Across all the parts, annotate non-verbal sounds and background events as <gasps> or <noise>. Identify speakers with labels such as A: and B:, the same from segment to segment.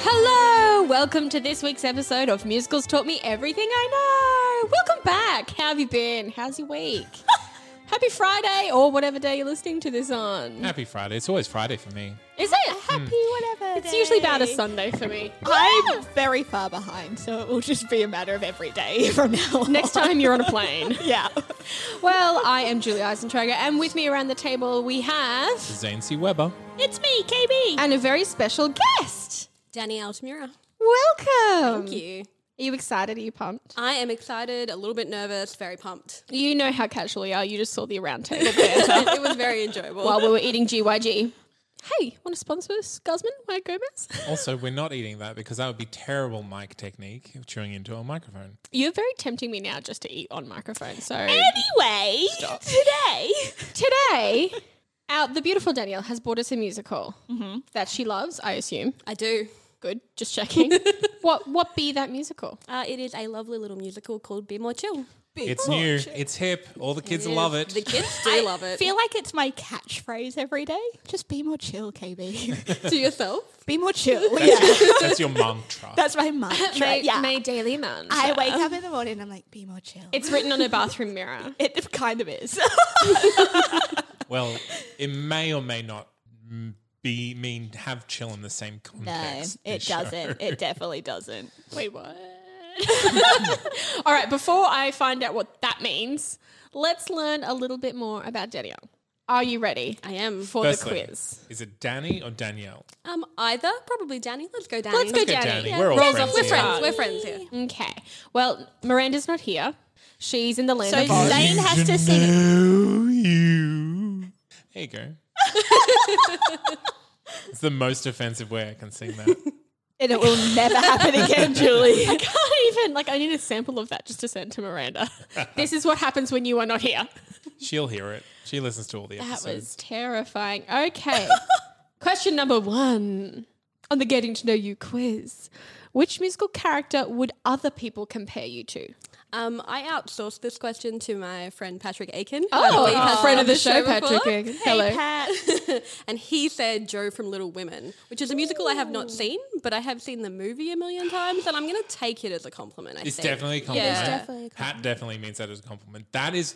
A: Hello! Welcome to this week's episode of Musicals Taught Me Everything I Know. Welcome back. How have you been? How's
B: <laughs>
A: your week? Happy Friday or whatever day you're listening to this on.
C: Happy Friday. It's always Friday for me.
A: Is it? Happy whatever. It's usually about a Sunday for me. Ah!
B: I'm very far behind, so it will just be a matter of every day <laughs> from now on.
A: Next time you're on a plane.
B: <laughs> Yeah.
A: well, I am Julie Eisentrager, and with me around the table we have
C: Zane C. Weber.
B: It's me, KB.
A: and a very special guest.
D: Danny Altamira.
A: Welcome.
D: Thank you.
A: Are you excited? Are you pumped?
D: I am excited, a little bit nervous, very pumped.
A: You know how casual we are. You just saw the
B: <laughs>
A: round table banter.
D: it was <laughs> very
A: <laughs>
D: enjoyable.
A: while we were eating GYG. Hey, want to sponsor us, Guzman? Why Gomez?
C: Also, we're not eating that because that would be terrible mic technique of chewing into a microphone.
A: <laughs> You're very tempting me now just to eat on microphone. So
B: Anyway, today.
A: today, our, the beautiful Danielle has bought us a musical
B: Mm-hmm.
A: that she loves. I assume.
D: I do.
A: Good,
B: <laughs>
A: just checking. what what be that musical?
D: Uh, it is a lovely little musical called Be More Chill.
C: It's new. It's hip. All the kids love it.
D: The <laughs> kids do love it.
B: feel like it's my catchphrase every day. Just be more chill,
C: <laughs>
B: KB.
D: to yourself.
B: be more chill. <laughs> yeah.
C: That's your mantra.
B: <laughs> That's my mantra.
A: May,
B: yeah.
A: May Daily Man.
B: I wake up in the morning and I'm like, be more chill.
A: It's written on a bathroom mirror.
B: <laughs> it kind of is.
C: well, it may or may not mm, be mean have chill in the same context.
B: it
C: this show.
B: doesn't. It definitely doesn't.
A: Wait, what? <laughs> All right, before I find out what that means, let's learn a little bit more about Danielle. Are you ready?
D: I am.
A: for
C: Firstly,
A: the quiz.
C: is it Danny or Danielle?
D: Um, either. Probably Danny. Let's go Danny.
A: Let's go, Danny.
C: Danny. We're all
D: Rolls
C: friends
D: off- We're
C: here.
D: friends. We're friends here.
A: Okay. Well, Miranda's not here. She's in the land
B: So
A: of Oz.
B: Zane has to sing.
C: know you. There
B: <laughs>
C: you go. it's the most offensive way I can sing that.
B: And it will never
A: <laughs>
B: happen again, Julie.
A: I can't even. Like, I need a sample of that just to send to
C: <laughs>
A: Miranda. this is what happens when you are not here.
C: She'll hear it. She listens to all the
A: That
C: episodes.
A: was terrifying. Okay. <laughs> Question number one on the Getting to Know You quiz. Which musical character would other people compare you to?
D: Um, I outsourced this question to my friend Patrick Aiken.
A: a friend of the show,
D: Oh, before.
A: Patrick. Egan. Hello.
D: <laughs> and he said Joe from Little Women, which is a musical I have not seen, but I have seen the movie a million times, and I'm going to take it as a compliment. I
C: It's
D: think.
C: definitely a compliment.
D: It's
C: definitely Pat definitely means that as a compliment. That is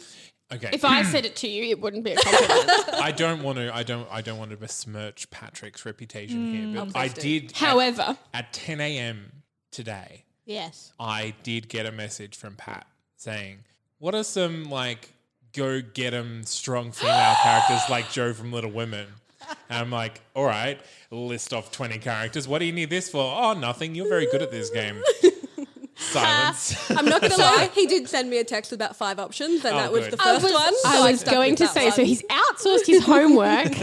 C: okay.
A: if I said it to you, it wouldn't be a
D: <laughs>
A: compliment.
C: I don't want to, I don't, I don't want to besmirch Patrick's reputation here, but I did. at-
A: Mm, However,
C: at, 10 a.m. today,
D: Yes.
C: I did get a message from Pat saying, "What are some like go get 'em strong
D: <laughs>
C: female characters like Joe from Little Women?" And I'm like, "All right, list off 20 characters. What do you need this for? Oh, nothing. You're very good at this
D: <laughs>
C: game." Silence. <laughs>
D: I'm not going to lie. He did send me a text with about five options, and
C: Oh,
D: that was
C: good.
D: the
A: I
D: first
A: was,
D: one.
A: I
D: so
A: was
D: stuck
A: going
D: with
A: to
D: that
A: say, so
D: one.
A: he's outsourced his
D: <laughs>
A: homework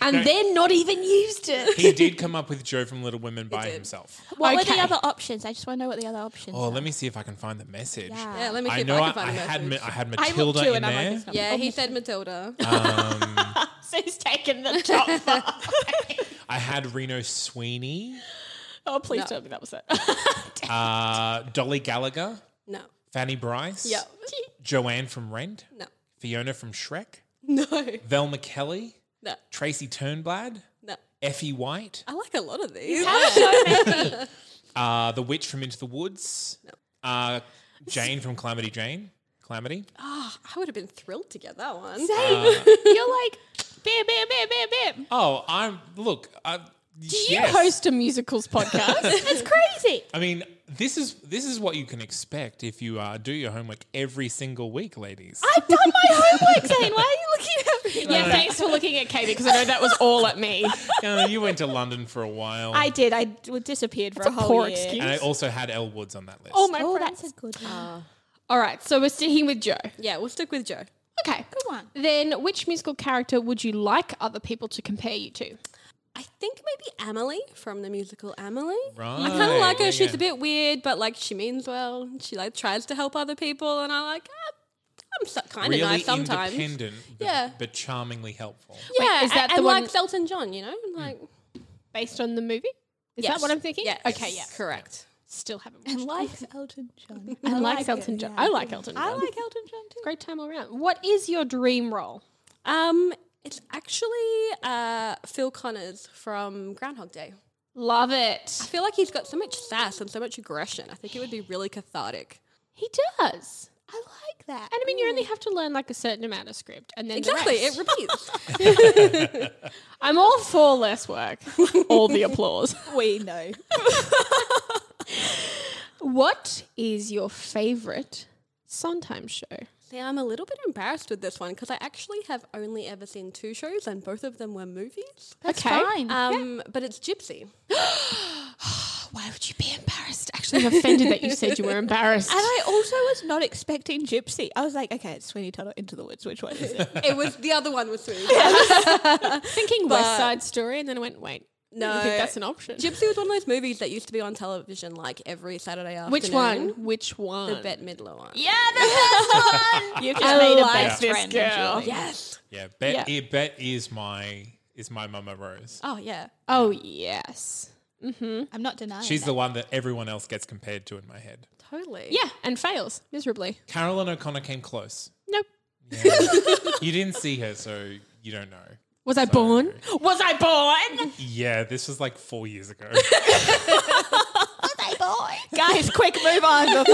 A: and then not even used it.
C: he did come up with Joe from Little Women by himself.
B: What were
A: Okay.
B: the other options? I just want to know what the other options.
C: Oh, let me see if I can find the message.
D: Yeah, let me see
C: I
D: if
C: know
D: I
C: I,
D: can find
C: I
D: a
C: had ma-
D: message.
C: I had
B: I looked
C: Matilda
B: too,
C: in
B: and I'm
C: there.
B: like, it's not-
D: Yeah,
A: Oh.
D: he said Matilda.
C: Uh,
A: So "Oh, he's taken the top.
D: <laughs>
A: five.
C: I had Reno Sweeney,
A: <laughs> oh, please tell me that was it.
D: <laughs>
C: uh, Dolly Gallagher,
D: no,
C: Fanny Bryce,
D: Yeah.
C: Joanne from Rent,
A: <laughs>
D: no,
C: Fiona from Shrek,
D: no,
C: Velma Kelly,
D: no,
C: Tracy Turnblad,
D: no.
C: Effie White,
D: I like a lot of these.
C: uh, the witch from Into the Woods, uh, Jane from Calamity Jane, Calamity.
D: Ah, I would have been thrilled to get that one.
A: Uh, You're like, beer, beer,
B: bip, bip, bip.
C: Oh, I'm look. uh, I,
A: Do you host a musicals <laughs> podcast?
B: That's crazy.
C: I mean, this is this is what you can expect if you uh, do your homework every single week, ladies.
B: I've done my homework, Zane. Why are you looking at me?
A: yeah, thanks for looking at Katie because I know that was all at me.
C: Uh, you went to London for a while,
B: <laughs> I did. I d- disappeared for a whole
A: poor
B: year.
A: excuse.
C: and I also had Elle Woods on that list.
A: All my
B: Oh,
A: friends.
B: that's a good one.
A: All right, so we're sticking with Joe.
D: Yeah, we'll stick with Joe.
A: Okay.
B: good one.
A: Then, which musical character would you like other people to compare you to?
D: I think maybe Amelie from the musical Amelie.
C: Right.
D: I kind of like her.
C: Yeah,
D: She's
C: yeah.
D: a bit weird, but like she means well. She like tries to help other people, and I like. Ah, I'm so, kind of
C: really
D: nice sometimes.
C: independent, but,
D: Yeah.
C: but charmingly helpful.
D: Yeah,
A: Wait, is that
D: and,
A: the one-
D: like Elton John, you know, like
A: Based on the movie? Is
D: Yes.
A: that what I'm thinking?
D: Yes.
A: Okay, yeah.
D: correct.
A: Still haven't watched
B: And
A: it.
B: <laughs> likes Elton John.
A: I like Elton John. I like Elton John.
B: I like Elton John too.
A: Great time all around. What is your dream role?
D: Um, it's actually uh, Phil Connors from Groundhog Day.
A: Love
D: I
A: it.
D: feel like he's got so much sass and so much aggression. I think it would be really cathartic.
A: He does.
B: I like that.
A: And I mean, you only have to learn like a certain amount of script, and then the
D: Exactly,
A: rest.
D: it repeats.
A: I'm all for less work. <laughs> all the applause.
B: we know.
A: What is your favorite Sondheim show?
D: See, I'm a little bit embarrassed with this one because I actually have only ever seen two shows, and both of them were movies.
B: That's
A: Okay.
B: fine.
D: Um, but it's Gypsy.
A: Why would you be embarrassed? Actually, I'm offended that you said <laughs> you were embarrassed.
B: and I also was not expecting Gypsy. I was like, okay, it's Sweeney Todd or Into the Woods. Which one is
C: <laughs>
B: it?
D: It was the other one was Sweeney.
A: thinking West Side Story, and then I went, wait, no,
D: No.
A: think that's an option.
D: Gypsy was one of those movies that used to be on television like every Saturday afternoon.
A: Which one? Which one?
D: The Bette Midler one.
B: yeah, the first
A: <laughs>
B: one. You've just
A: I
B: made a
A: like
B: best
A: this
B: friend.
A: girl.
B: Julie.
D: Yes.
C: Yeah, bet
A: Yeah.
C: i- bet is my is my mama Rose.
D: Oh yeah.
A: Oh yes,
B: I'm not denying.
C: She's
B: that.
C: the one that everyone else gets compared to in my head.
D: Totally.
A: yeah, and fails miserably.
C: Carolyn O'Connor came close.
A: Nope.
C: you didn't see her, so you don't know.
A: Was I born? Was I born?
C: Yeah, this was like four years ago.
B: Guys, quick move on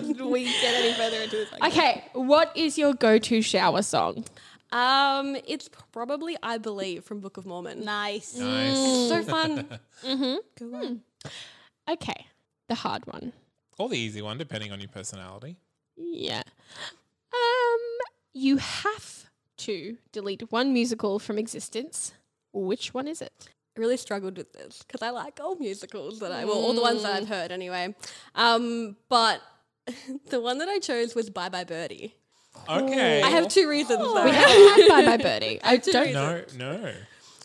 B: before we get any further into this.
A: Okay, what is your go-to shower song?
D: Um, it's probably I believe from Book of Mormon.
B: Nice.
C: nice.
B: <laughs>
D: So fun.
B: Good one.
A: Okay, the hard one.
C: Or the easy one, depending on your personality.
A: Yeah. Um, you have to delete one musical from existence. Which one is it?
D: I really struggled with this because I like old musicals that I well, all the ones
B: Mm.
D: that I've heard anyway. Um, but <laughs> the one that I chose was Bye Bye Birdie.
C: Okay.
D: I have two reasons. though.
B: <laughs>
A: We haven't had <laughs> Bye Bye Birdie. I don't know.
C: No, no.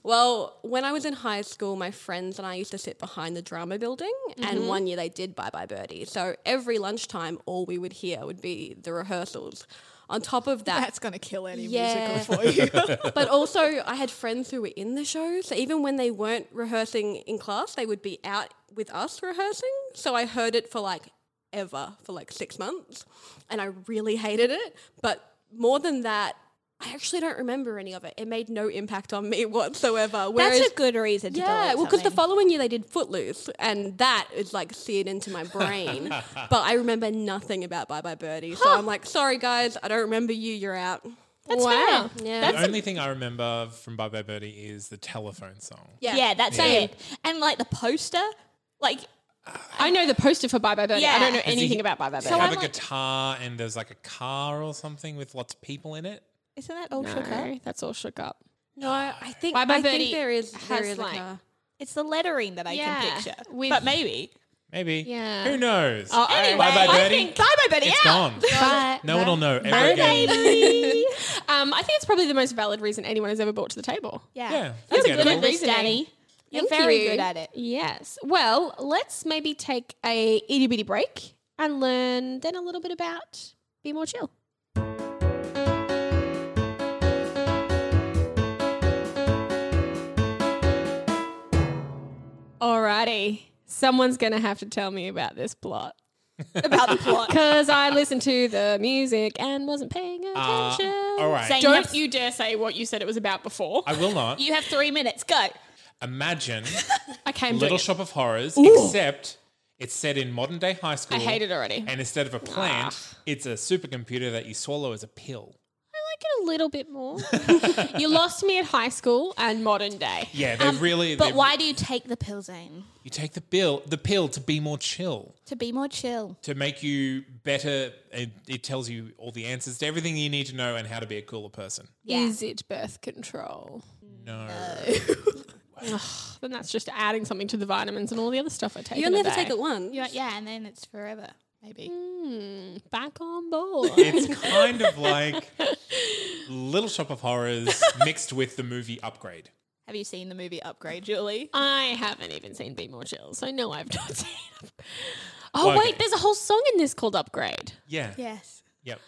D: Well, when I was in high school, my friends and I used to sit behind the drama building,
B: Mm-hmm.
D: and one year they did Bye Bye Birdie. So every lunchtime, all we would hear would be the rehearsals. On top of that,
B: That's gonna kill any
D: Yeah.
B: musical for you.
D: <laughs>
B: <laughs>
D: but also I had friends who were in the show, so even when they weren't rehearsing in class, they would be out with us rehearsing. So I heard it for like ever for like six months, and I really hated it. But more than that, I actually don't remember any of it. It made no impact on me <laughs> whatsoever. Whereas
B: That's a good reason to
D: yeah,
B: delete
D: well, because the
B: something.
D: following year they did Footloose, and that is like seared into
B: <laughs>
D: my brain. but I remember nothing about Bye Bye Birdie, so I'm like, sorry guys, I don't remember you. You're out.
A: That's wow. fair.
D: Yeah.
C: The only thing I remember from Bye Bye Birdie is the telephone song.
B: yeah, that's it. And like the poster, like
A: I know the poster for Bye Bye Birdie. I
B: Yeah.
A: don't know
B: Is
C: he-
A: anything about Bye Bye Birdie.
C: They have
B: I'm
C: a
B: like-
C: guitar and there's like a car or something with lots of people in it.
B: isn't that all
A: No,
B: shook up?
A: that's all shook up.
D: No, I think
A: Bye Bye
D: I
A: Birdie
D: think there is there
A: has,
D: is
A: like-
D: like a,
B: It's the lettering that I
A: Yeah,
B: can picture.
A: with-
B: but
E: <coughs>
B: maybe.
C: Maybe.
A: Yeah.
C: Who knows?
B: Oh, Anyway,
C: Bye Bye
B: I
C: Birdie.
B: think- bye bye Birdie.
C: It's
B: yeah.
C: gone.
A: Bye.
C: No one will know ever again.
B: Baby.
A: Um, I think it's probably the most valid reason anyone has ever brought to the table.
C: Yeah.
B: That's
C: forgettable.
B: a good list, Danny. You're
A: Thank
B: very
A: you.
B: good at it.
A: Yes. Well, let's maybe take a itty bitty break and learn then a little bit about Be More Chill. Alrighty. Someone's going to have to tell me about this plot.
B: About the plot.
A: Because I listened to the music and wasn't paying attention.
C: Uh, all right.
B: Say-
A: Don't
B: Yes.
A: you dare say what you said it was about before.
C: I will not.
B: You have three minutes. Go.
C: Imagine
A: I came
C: Little
A: to
C: Shop of Horrors, except it's set in modern day high school.
A: I hate it already.
C: And instead of a plant, it's a supercomputer that you swallow as a pill.
A: I like it a little bit
C: <laughs>
A: more? you lost me at high school and modern day.
C: Yeah, they really.
E: But
C: they-
E: why do you take the pill, Zane?
C: you take the pill? The pill to be more chill,
E: To be more chill.
C: to make you better. It, it tells you all the answers to everything you need to know and how to be a cooler person.
A: Is it birth control?
C: No,
A: Then that's just adding something to the vitamins and all the other stuff I take.
D: You
A: in
D: only
A: a
D: have to take
A: day.
D: it once. <laughs>
E: You're like, yeah, and then it's forever, maybe.
A: back on board.
C: it's kind of like Little Shop of Horrors mixed with the movie Upgrade.
B: Have you seen the movie Upgrade, Julie?
A: <laughs> I haven't even seen Be More Chill, so no, I've not <laughs> seen it. Oh,
C: Okay.
A: wait, there's a whole song in this called Upgrade.
C: Yeah.
D: Yes.
C: Yep.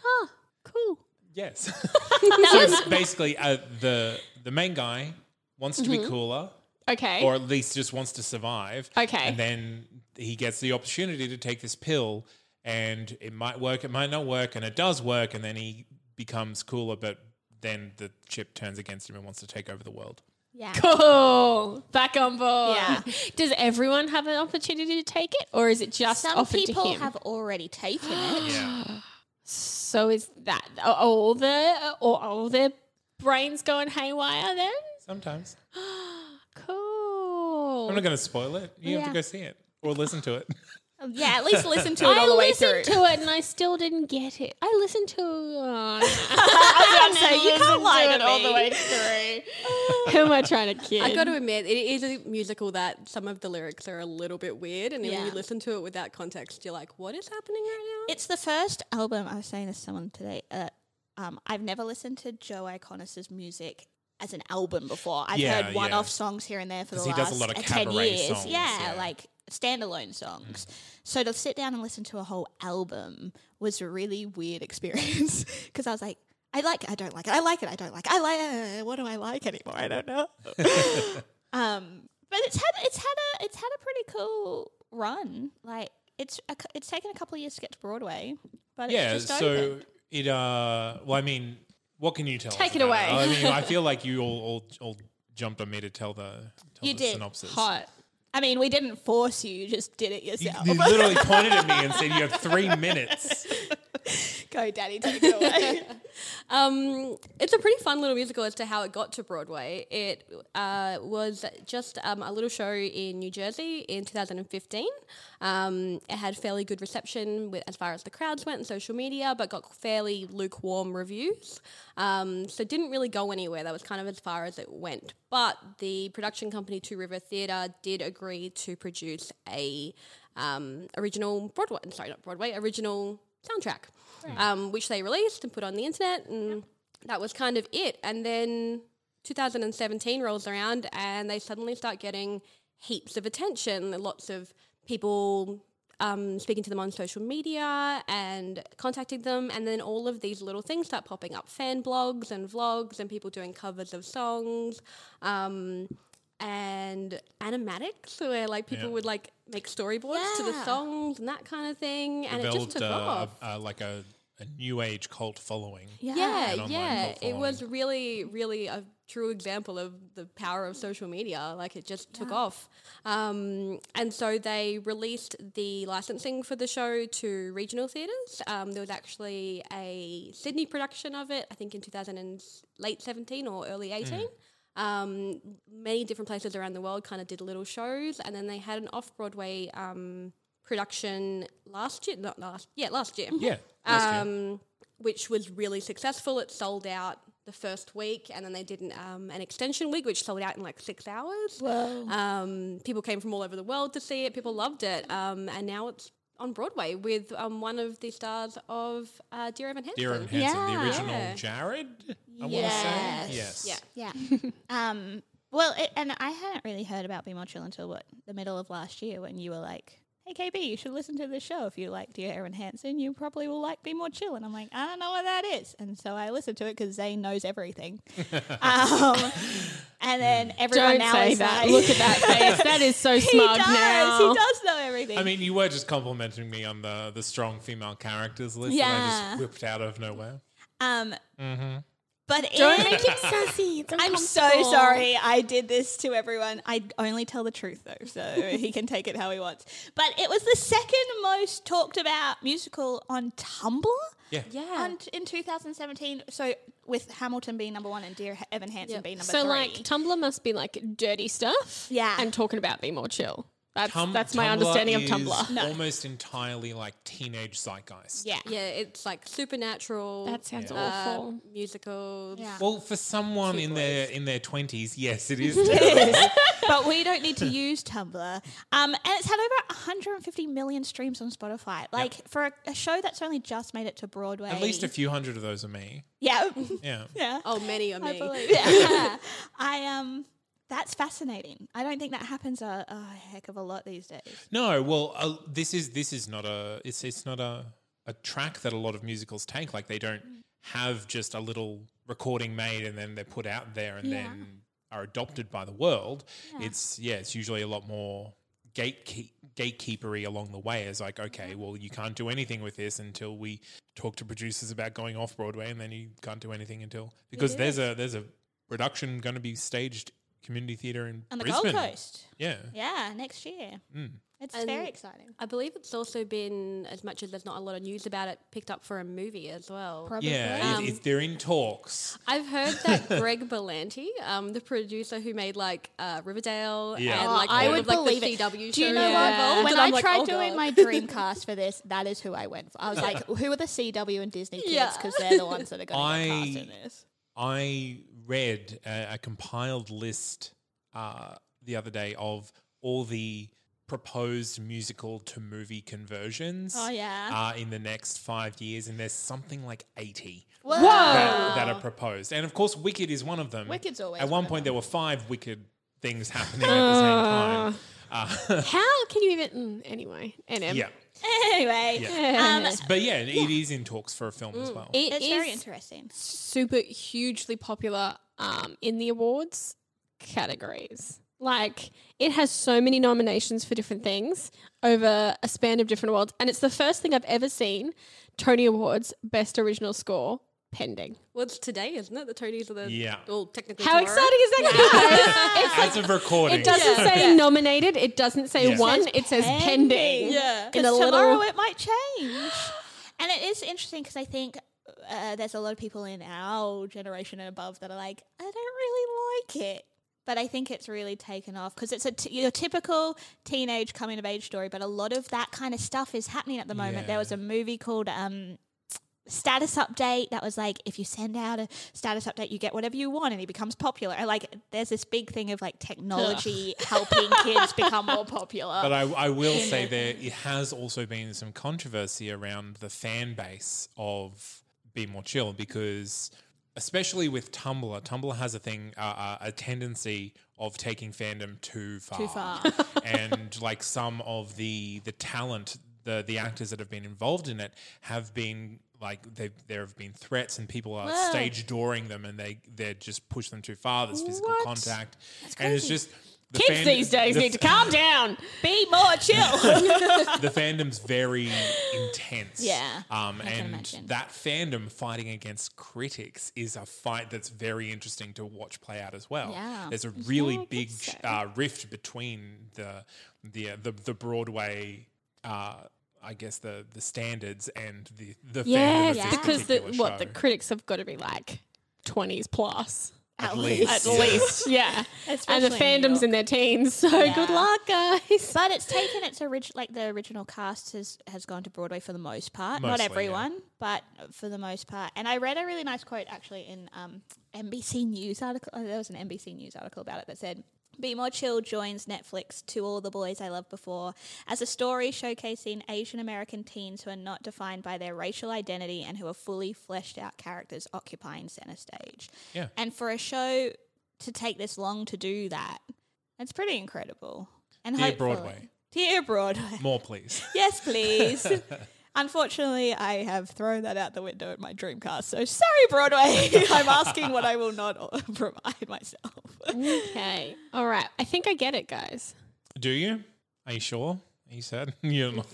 A: Cool.
C: Yes. <laughs> so it's basically uh, the the main guy wants to be cooler,
A: Okay.
C: or at least just wants to survive.
A: Okay.
C: And then he gets the opportunity to take this pill, and it might work, it might not work, and it does work, and then he becomes cooler, but then the chip turns against him and wants to take over the world.
E: Yeah.
A: cool. Oh, Back on board.
E: Yeah.
A: <laughs> Does everyone have an opportunity to take it, or is it just
E: Some
A: offered to
E: people
A: him?
E: have already taken it.
C: Yeah.
A: so is that are all their or all their brains going haywire then?
C: Sometimes.
A: Cool.
C: I'm not going to spoil it. You have
E: Yeah.
C: to go see it or listen to it.
B: Yeah, at least listen to it
A: I
B: all the way through.
A: listened to it and I still didn't get it. I listened to.
E: <laughs>
A: Oh, no.
B: I was about to say, you can't lie to
A: it all the
B: me.
A: way through. Who am I trying
E: <laughs>
A: to kid?
D: I <laughs> got to admit, it is a musical that some of the lyrics are a little bit weird, and
E: Yeah.
D: when you listen to it without context, you're like, "What is happening right now?"
E: It's the first album I was saying to someone today. Uh, um, I've never listened to Joe Iconis' music as an album before. I've
C: Yeah,
E: heard one-off
C: yeah.
E: songs here and there for the
C: 'Cause
E: last
C: he does a lot of
E: uh, ten
C: cabaret
E: years.
C: songs,
E: yeah,
C: yeah. Mm.
E: like standalone songs. So to sit down and listen to a whole album was a really weird <laughs> experience because I was like. I like it. I don't like it. I like it. I don't like it. I like. Uh, what do I like anymore? I don't know. Um, but it's had it's had a it's had a pretty cool run. Like it's a, cou- it's taken a couple of years to get to Broadway, but
C: yeah.
E: it's just
C: so
E: opened.
C: it. uh Well, I mean, what can you tell?
A: Take
C: us
A: it
C: about
A: away.
C: I mean, I feel like you all all, all jumped on me to tell the tell
E: You
C: the
E: did.
C: synopsis.
A: hot.
E: I mean, we didn't force you; you just did it
C: You,
E: yourself.
C: you literally pointed at me and said, "You have three minutes."
E: <laughs> Go, Daddy, take it away.
D: Um, it's a pretty fun little musical as to how it got to Broadway. It uh, was just um, a little show in New Jersey in 2015. Um, it had fairly good reception with, as far as the crowds went and social media, but got fairly lukewarm reviews. Um, so it didn't really go anywhere. That was kind of as far as it went. But the production company Two River Theatre did agree to produce a um, original Broadway, sorry, not Broadway, original soundtrack,
C: Hmm.
D: um, which they released and put on the internet, and that was kind of it. And then 2017 rolls around, and they suddenly start getting heaps of attention. Lots of people um, speaking to them on social media and contacting them, and then all of these little things start popping up: fan blogs and vlogs, and people doing covers of songs. Um, and animatics where like people
C: Yeah.
D: would like make storyboards to the
E: Yeah.
D: songs and that kind of thing and it just
C: Developed
D: took
C: uh,
D: off
C: a, a, like a, a new age cult following.
D: yeah,
C: And online
D: yeah. It
C: platform.
D: was really, really a true example of the power of social media. Like it just took off. Um, and so they released the licensing for the show to regional theatres. Um, there was actually a Sydney production of it, I think in 2000 and late 17 or early 18. Um, many different places around the world kind of did little shows, and then they had an off Broadway um, production last year. Not last, yeah, last year
C: Yeah. last year.
D: um, which was really successful. It sold out the first week, and then they did an, um, an extension week, which sold out in like six hours. Um, people came from all over the world to see it. People loved it, um, and now it's on Broadway with um, one of the stars of uh, Dear Evan Hansen.
C: Dear Evan Hansen, the
D: Yeah.
C: original Jared. I want to say yes.
D: Yeah.
A: <laughs>
E: yeah. Um. Well, it, and I hadn't really heard about Be More Chill until what the middle of last year when you were like, "Hey, KB, you should listen to this show. If you like Dear Erin Hansen, you probably will like Be More Chill." And I'm like, "I don't know what that is." And so I listened to it because Zane
A: <laughs>
E: knows everything. um, and then everyone
A: Mm. Don't
E: now
A: say
E: is
A: that.
E: like,
A: Look at that face. That is so
E: <laughs> He
A: smug
E: does.
A: now.
E: He does know everything.
C: I mean, you were just complimenting me on the the strong female characters list that I
E: Yeah.
A: Mm-hmm.
C: just whipped out of nowhere.
E: um, But
B: Don't
E: in-
B: make it sassy. It's
E: I'm so
B: uncomfortable.
E: sorry. I did this to everyone. I only tell the truth though, so <laughs> he can take it how he wants. But it was the second most talked about musical on Tumblr.
C: Yeah.
A: Yeah.
E: On, in 2017, so with Hamilton being number one and Dear Evan Hansen
D: Yep.
E: being number
A: So
E: three.
A: like Tumblr must be like dirty stuff.
E: Yeah.
A: And talking about being more chill. That's
C: Tum-
A: that's my
C: Tumblr
A: understanding of
C: is
A: Tumblr.
C: Almost entirely like teenage zeitgeist.
E: yeah.
D: Yeah, it's like supernatural.
A: That sounds
D: uh,
E: Um,
A: awful.
D: Musicals.
E: Yeah.
C: Well, for someone in their in their twenties, yes,
E: <laughs>
C: it is. terrible.
E: <laughs> but we don't need to use Tumblr. Um, and it's had over 150 million streams on Spotify. Like for a, a show that's only just made it to Broadway.
C: At least a few hundred of those are me.
E: Yeah. <laughs>
C: Yeah.
E: yeah.
D: Oh, many are
E: I
D: me. <laughs>
E: believe. <laughs> Yeah. I um that's fascinating. I don't think that happens a, a heck of a lot these days.
C: No, well, uh, this is this is not a it's it's not a a track that a lot of musicals take. Like they don't have just a little recording made and then they're put out there and then are adopted by the world. It's yeah, it's usually a lot more gatekeep gatekeepery along the way. Is like okay, well, you can't do anything with this until we talk to producers about going off Broadway, and then you can't do anything until because there's a there's a production going to be staged community theater in
E: On the
C: Brisbane. Hmm.
E: Gold Coast.
C: Yeah.
E: Yeah, next year. It's
D: And-
E: very exciting.
D: I believe it's also been, as much as there's not a lot of news about it, picked up for a movie as well.
C: Yeah, it, it's, they're in talks.
D: I've heard that <laughs> Greg Berlanti, um, the producer who made like uh, Riverdale
C: Yeah.
D: and
C: Oh,
D: like
C: I
D: all
C: would
D: of, like,
E: believe
D: the
E: it.
D: CW
E: Do you
D: shows.
E: know what? When
D: And
E: I
D: I'm like,
E: tried
D: oh,
E: doing
D: God.
E: my Dreamcast for this, that is who I went for. I was like, who are the CW and Disney kids?
D: Yeah.
E: Because they're the ones that are going to cast
C: I
E: in this.
C: I read a, a compiled list uh, the other day of all the proposed musical to movie conversions.
E: Oh, yeah.
C: uh, in the next five years, and there's something like eighty
E: Whoa.
C: that, that are proposed, and of course, Wicked is one of them.
E: Wicked's always
C: At
E: one
C: one
E: of
C: point, there were five Wicked things happening at the same time. Uh, <laughs>
A: How can you even mm, anyway? NM.
C: yeah,
E: Anyway,
C: Yeah.
E: um,
C: but yeah, it is in talks for a film as well.
A: It
E: it's very
A: is
E: interesting.
A: super hugely popular um, in the awards categories. Like it has so many nominations for different things over a span of different awards, and it's the first thing I've ever seen Tony Awards Best Original Score pending.
D: Well, it's today, isn't it? The Tonys are the
C: Yeah.
D: Well, technically,
A: How
D: tomorrow.
A: exciting is that? guys? <laughs> It's like-
C: As of recording,
A: it
C: <laughs>
A: doesn't
D: Yeah.
A: say nominated. It doesn't say
C: Yeah.
A: one. It says pending.
D: Yeah.
A: In
E: Because
A: a
E: tomorrow
A: little.
E: it might change. <gasps> and it is interesting because I think uh, there's a lot of people in our generation and above that are like, I don't really like it. But I think it's really taken off because it's a t- your typical teenage coming of age story. But a lot of that kind of stuff is happening at the moment. There was a movie called um, Status Update that was like, if you send out a status update, you get whatever you want, and he becomes popular. And, Like, there's this big thing of like technology helping kids become more popular.
C: But I, I will
A: <laughs>
C: say there it has also been some controversy around the fan base of Be More Chill because, especially with Tumblr, Tumblr has a thing, uh, uh, a tendency of taking fandom too far.
A: <laughs>
C: Too far. <laughs> and like some of the the talent, the the actors that have been involved in it have been. Like they, there have been threats and people are stage dooring them, and they they just push them too far. There's physical contact, and it's just the
A: Kids these days
C: the
A: need to
C: f-
A: calm down.
E: Be more <laughs> chill.
C: the fandom's very intense.
E: Yeah,
C: Um,
E: can
C: and
E: imagine.
C: that fandom fighting against critics is a fight that's very interesting to watch play out as well.
E: Yeah.
C: There's a really big uh, rift between the the uh, the, the Broadway. Uh, I guess the the standards and the the fandom
A: Yes,
C: of this
A: because the,
C: particular
A: what the
C: show.
A: critics have got to be like twenties plus.
C: at least,
A: at
C: yeah.
A: least, yeah. and
E: Especially
A: the
E: in
A: fandom's
E: Europe.
A: in their teens, so good luck, guys.
E: but it's taken its original, like the original cast has, has gone to Broadway for the most part. Not
C: Mostly, yeah.
E: everyone, but for the most part. And I read a really nice quote actually in um, NBC News article. Oh, there was an NBC News article about it that said. Be More Chill joins Netflix to All the Boys I Loved Before as a story showcasing Asian American teens who are not defined by their racial identity and who are fully fleshed out characters occupying center stage.
C: Yeah.
E: And for a show to take this long to do that, it's pretty incredible. And
C: Dear
E: hopefully-
C: Broadway.
E: Dear Broadway. <laughs>
C: more please.
E: Yes,
C: <laughs>
E: please. Unfortunately, I have thrown that out the window at my Dreamcast. So sorry, Broadway. <laughs> I'm asking what I will not <laughs> provide myself.
A: Okay, all right. I think I get it, guys.
C: Do you? Are you sure? he said. <laughs>
A: <laughs>
C: You're not-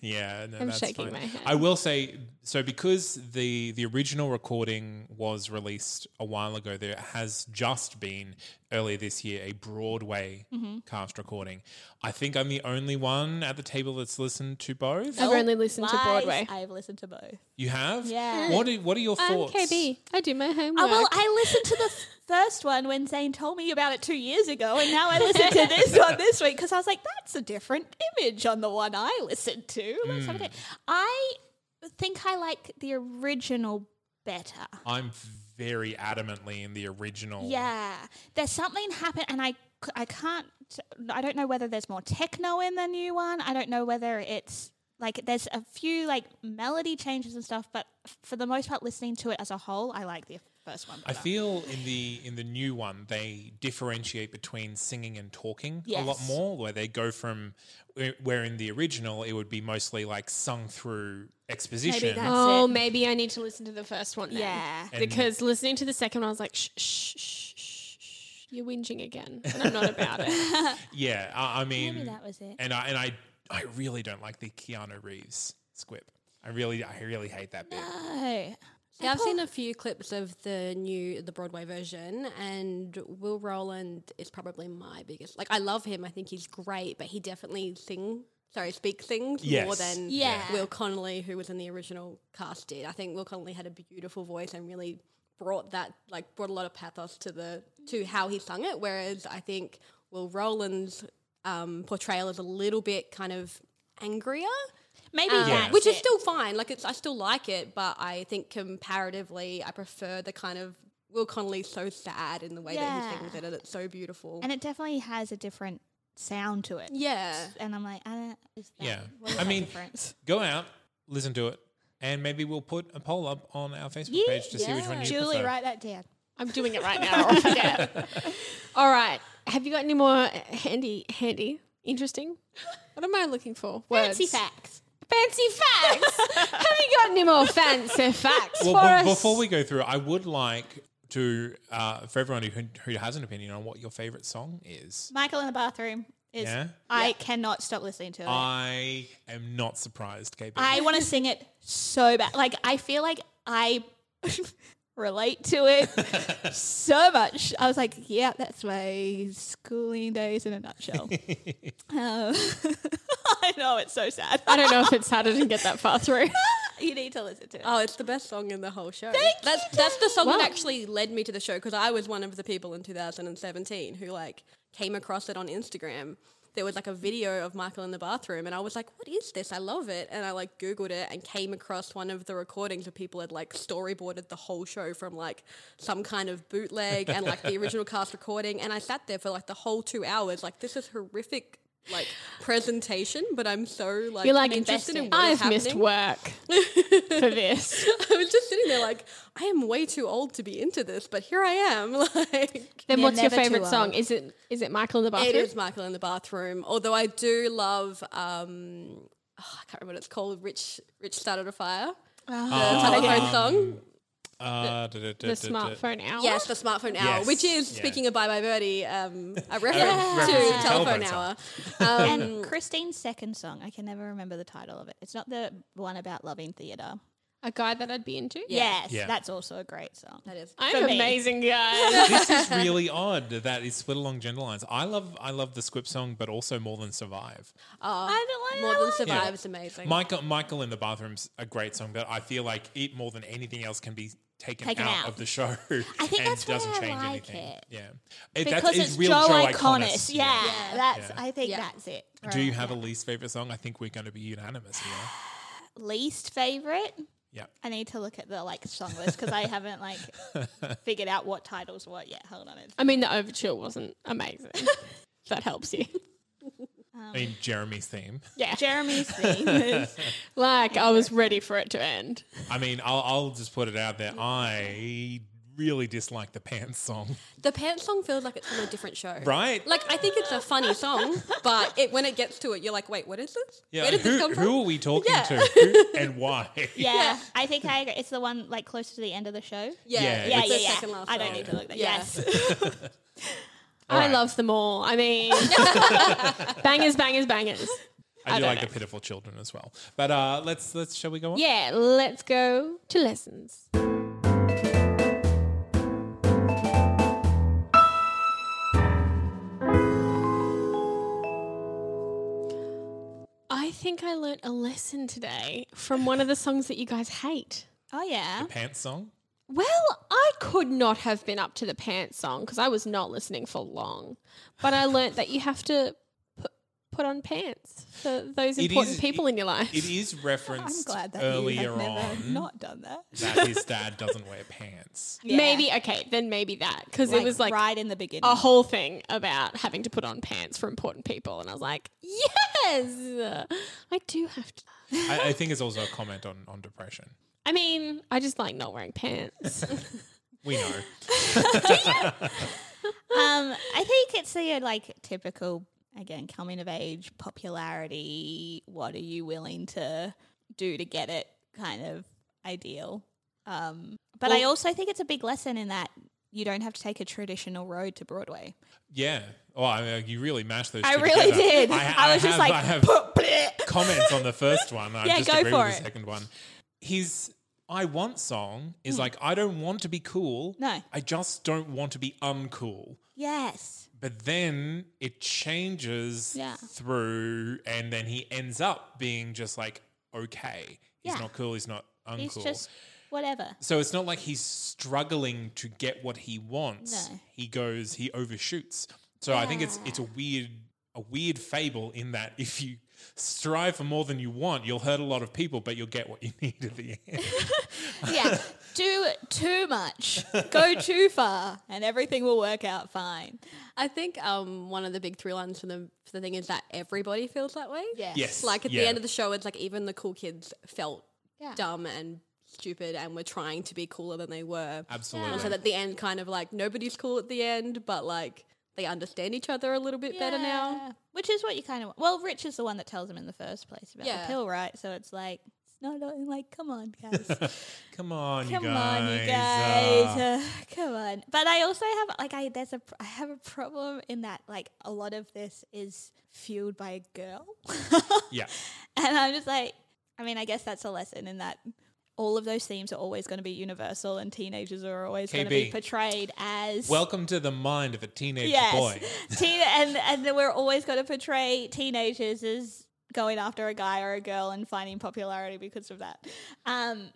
C: yeah, no,
A: I'm
C: that's
A: shaking
C: fine.
A: my head.
C: I will say so because the the original recording was released a while ago. There has just been earlier this year a Broadway
A: Mm-hmm.
C: cast recording. I think I'm the only one at the table that's listened to both.
A: I've only listened to
E: Lies.
A: Broadway.
E: I've listened to both.
C: You have,
E: Yeah.
C: What are, what are your
A: I'm
C: thoughts?
A: KB. I do my homework.
E: Oh, well, I listened to the f- first one when Zane told me about it two years ago, and now I
C: <laughs>
E: listen to this one this week because I was like, that's a different image on the one I listened to. Let's
C: Hmm.
E: have a day. I think I like the original better.
C: I'm very adamantly in the original.
E: Yeah, there's something happened, and I c- I can't. I don't know whether there's more techno in the new one. I don't know whether it's like there's a few like melody changes and stuff, but f- for the most part, listening to it as a whole, I like the first one.
C: I
E: better.
C: feel in the in the new one they differentiate between singing and talking a lot
E: Yes.
C: more. Where they go from where- where in the original it would be mostly like sung through exposition.
E: that's-
A: oh,
E: it.
A: maybe I need to listen to the first one. Then.
E: Yeah.
C: And-
A: because listening to the second one, I was like, shh, shh, shh, shh, shh, you're whinging again, and I'm not about it.
C: yeah, I, I mean
E: Maybe that was it.
C: And I and I I really don't like the Keanu Reeves squib. I really I really hate that bit.
E: No.
D: Yeah, I've seen a few clips of the new the Broadway version, and Will Rowland is probably my biggest. Like, I love him. I think he's great, but he definitely sing sorry speak things more
C: Yes.
D: than
E: Yeah.
D: Will Connolly, who was in the original cast, did. I think Will Connolly had a beautiful voice and really brought that like brought a lot of pathos to the to how he sung it. Whereas I think Will Rowland's um, portrayal is a little bit kind of angrier.
E: Maybe
D: Um,
E: that's
D: which is
E: it.
D: still fine. Like it's, I still like it, but I think comparatively, I prefer the kind of Will Connolly's so sad in the way that
E: Yeah.
D: he sings it, and it's so beautiful.
E: and it definitely has a different sound to it.
D: yeah,
E: And I'm like, I don't. Is that,
C: Yeah.
E: what is
C: I
E: that
C: mean,
E: difference?
C: Go out, listen to it, and maybe we'll put a poll up on our Facebook
E: Yeah.
C: page to see which one you
E: Julie,
C: prefer.
E: write that down.
A: I'm doing it right now. I'll forget. All right. Have you got any more handy, handy, interesting? What am I looking for? Words.
E: Fancy facts.
A: Fancy facts. <laughs> Have you got any more fancy facts
C: Well,
A: for
C: be-
A: us?
C: before we go through, I would like to uh, for everyone who who has an opinion on what your favorite song is.
E: Michael in the bathroom is.
C: Yeah.
E: I cannot stop listening to it.
C: I am not surprised, KB.
E: I
A: <laughs>
E: want to sing it so bad. Like I feel like I <laughs> relate to
A: <laughs>
E: it so much. I was like, yeah, that's my schooling days in
A: <laughs>
E: a nutshell. um, <laughs> I know it's so sad.
A: I don't know if it's sad. I didn't get that far through.
E: <laughs>
A: Um,
E: you need to listen to it.
D: Oh, it's the best song in the whole show. that's that's the song that actually led me to the show because I was one of the people in 2017 who like came across it on Instagram. There was like a video of Michael in the bathroom, and I was like, "What is this? I love it!" And I like Googled it and came across one of the recordings where people had like storyboarded the whole show from like some kind of bootleg and like
A: <laughs>
D: the original cast recording. And I sat there for like the whole two hours, like this is horrific, like presentation. But I'm so like
A: You're like,
D: interested in what is
A: I've missed
D: happening."
A: work for this.
D: <laughs> I was just sitting there like, I am way too old to be into this, but here I am. <laughs> Like,
A: Then
E: They're
A: what's your
E: never too
A: favorite song?
E: old.
A: Is it is it Michael in the bathroom?
D: it is Michael in the bathroom. Although I do love, um, oh, I can't remember what it's called. Rich, Rich started a fire.
C: Ah,
D: the telephone song.
C: uh, da- da- da-
A: the
C: da- da-
A: smartphone hour.
D: Yes, the smartphone hour,
C: Yes,
D: which is
C: yeah.
D: speaking of Bye Bye Birdie, um, a reference
C: reference
D: to
C: to the
D: telephone,
C: telephone
D: hour.
C: song.
D: Um,
E: and Christine's second song, I can never remember the title of it. It's not the one about loving theatre.
A: a guy that I'd be into.
E: Yes,
C: Yeah.
E: that's also a great song.
D: that is.
A: I'm
E: For
A: an
E: me.
A: amazing guy.
C: This
A: <laughs>
C: is really odd that it's split along gender lines. I love I love the Squip song, but also More Than Survive.
E: I don't
D: More
E: like
D: Than
E: that
D: Survive
C: Yeah.
D: Uh, is amazing.
C: Michael Michael in the bathroom's a great song, but I feel like it more than anything else can be taken,
E: Taken
C: out,
E: out.
C: of the show.
E: I
C: <laughs>
E: think
C: and
E: that's why
C: doesn't
E: I
C: change
E: like
C: anything.
E: it.
C: Yeah, It- that
E: because
C: is
E: it's Joe, Iconis.
C: Iconis.
E: Yeah, that's.
C: Yeah.
E: I think
D: Yeah.
E: that's it.
C: Do you have a least favorite song? I think we're going to be unanimous here.
E: least favorite?
C: Yeah.
E: I need to look at the like song list because I
C: <laughs>
E: haven't like figured out what titles what yet. Hold on, it's
A: I mean, the overture wasn't amazing. If that helps you.
C: I mean, Jeremy's theme.
A: Yeah.
C: <laughs>
E: Jeremy's theme. is-
A: Like I was ready for it to end.
C: I mean, I'll, I'll just put it out there. I really dislike the pants song.
D: The pants song feels like it's from a different show.
C: Right?
D: Like, I think it's a funny song, but it, when it gets to it, you're like, wait, what is this?
C: yeah,
D: Where did
C: who,
D: this come from?
C: who are we talking to Who- and why?
E: yeah, I think I agree. It's the one like closer to the end of the show.
D: Yeah,
C: Yeah,
E: yeah,
D: it's
E: yeah.
D: the
E: yeah.
D: second last
E: I don't
D: song.
E: need to look that.
D: Yeah.
C: <laughs>
E: Yes,
C: All
A: I <laughs>
C: right.
A: love them all. I mean, bangers, bangers, bangers.
C: I,
A: I
C: do
A: don't
C: like
A: know.
C: the pitiful children as well. But uh, let's let's shall we go on?
A: Yeah, let's go to lessons. I think I learnt a lesson today from one of the songs that you guys hate.
E: Oh yeah.
C: Pants song.
A: Well, I could not have been up to the pants song because I was not listening for long. But I learnt that you have to put, put on pants for those
C: It
A: important
C: is-
A: people
C: it-
A: in your life.
C: It is referenced
B: I'm glad that
C: earlier
B: you have
C: on
B: never not done that.
C: that his dad doesn't wear pants.
A: Maybe okay, then maybe that because it was like
E: right in the beginning.
A: a whole thing about having to put on pants for important people, and I was like, yes, I do have to.
C: I, I think it's also a comment on, on depression.
A: I mean, I just like not wearing
C: <laughs>
A: pants.
C: We know.
E: um, I think it's the uh, like typical again coming of age popularity. What are you willing to do to get it? Kind of ideal. Um, but I also think it's a big lesson in that you don't have to take a traditional road to Broadway.
C: Yeah. Oh, I mean, you really mashed those.
E: I
C: two
E: really
C: together.
E: did. I,
C: ha-
E: was just
C: have-
E: like,
C: I have comments on the first one. I
E: <laughs> Yeah,
C: just
E: go
C: agree
E: for
C: with the
E: it.
C: second one. His I want song is like I don't want to be cool.
E: Hmm. No.
C: I just don't want to be uncool.
E: yes,
C: But then it changes
E: Yeah.
C: through, and then he ends up being just like okay. He's
E: Yeah.
C: not cool. He's not uncool.
E: it's just
C: <laughs>
E: whatever.
C: So it's not like he's struggling to get what he wants.
E: No.
C: He goes, he overshoots. So I think it's it's a weird a weird fable in that if you strive for more than you want, you'll hurt a lot of people, but you'll get what you <laughs> need at the end.
E: yeah, do too much, go too far, and everything will work out fine.
D: I think um, one of the big through lines for the for the thing is that everybody feels that way.
E: Yeah.
C: yes.
D: Like at
C: yeah.
D: the end of the show, it's like even the cool kids felt
E: Yeah.
D: dumb and stupid and were trying to be cooler than they were.
C: Absolutely.
D: And so at the end, kind of like nobody's cool at the end, but like they understand each other a little bit better now.
E: Yeah. Which is what you kind of well, Rich is the one that tells him in the first place about
D: Yeah.
E: the pill, right? So it's like it's not all- like come on, guys, <laughs>
C: come on,
E: come
C: you guys.
E: on, you
C: uh,
E: guys, <laughs> uh, come on. But I also have like I there's a pr- I have a problem in that like a lot of this is fueled by a girl, <laughs>
C: yeah.
E: and I'm just like, I mean, I guess that's a lesson in that. All of those themes are always going to be universal, and teenagers are always going to be
C: KB.
E: portrayed as
C: Welcome to the mind of a teenage
E: yes.
C: boy.
E: <laughs> Teen- and and then we're always going to portray teenagers as going after a guy or a girl and finding popularity because of that. Um,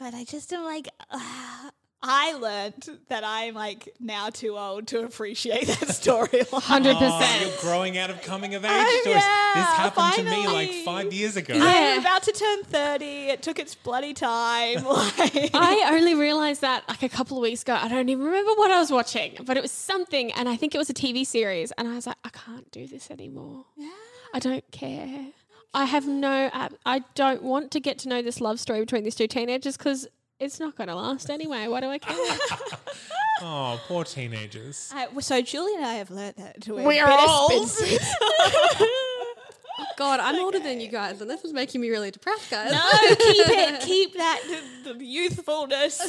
E: but I just am like, uh, I learnt that I'm like now too old to appreciate that storyline.
A: Hundred
C: Oh,
A: percent.
C: you're growing out of coming of age
E: Oh,
C: stories. this
E: yeah,
C: happened to me like
E: finally.
C: five years ago.
E: I'm about to turn thirty. It took its bloody time. <laughs> Like,
A: I only realized that like a couple of weeks ago. I don't even remember what I was watching, but it was something, and I think it was a TV series. And I was like, I can't do this anymore. I don't care. I have no. ab- I don't want to get to know this love story between these two teenagers because it's not going to last anyway. Why do I care?
C: Oh, poor teenagers.
E: I- so Julie and I have learnt that we're,
A: We're
E: bitter
A: old.
E: spinsters.
D: God, I'm older than you guys, and this is making me really depressed, guys.
E: no,
A: Oh,
E: keep it. Keep that <laughs> the, the youthfulness.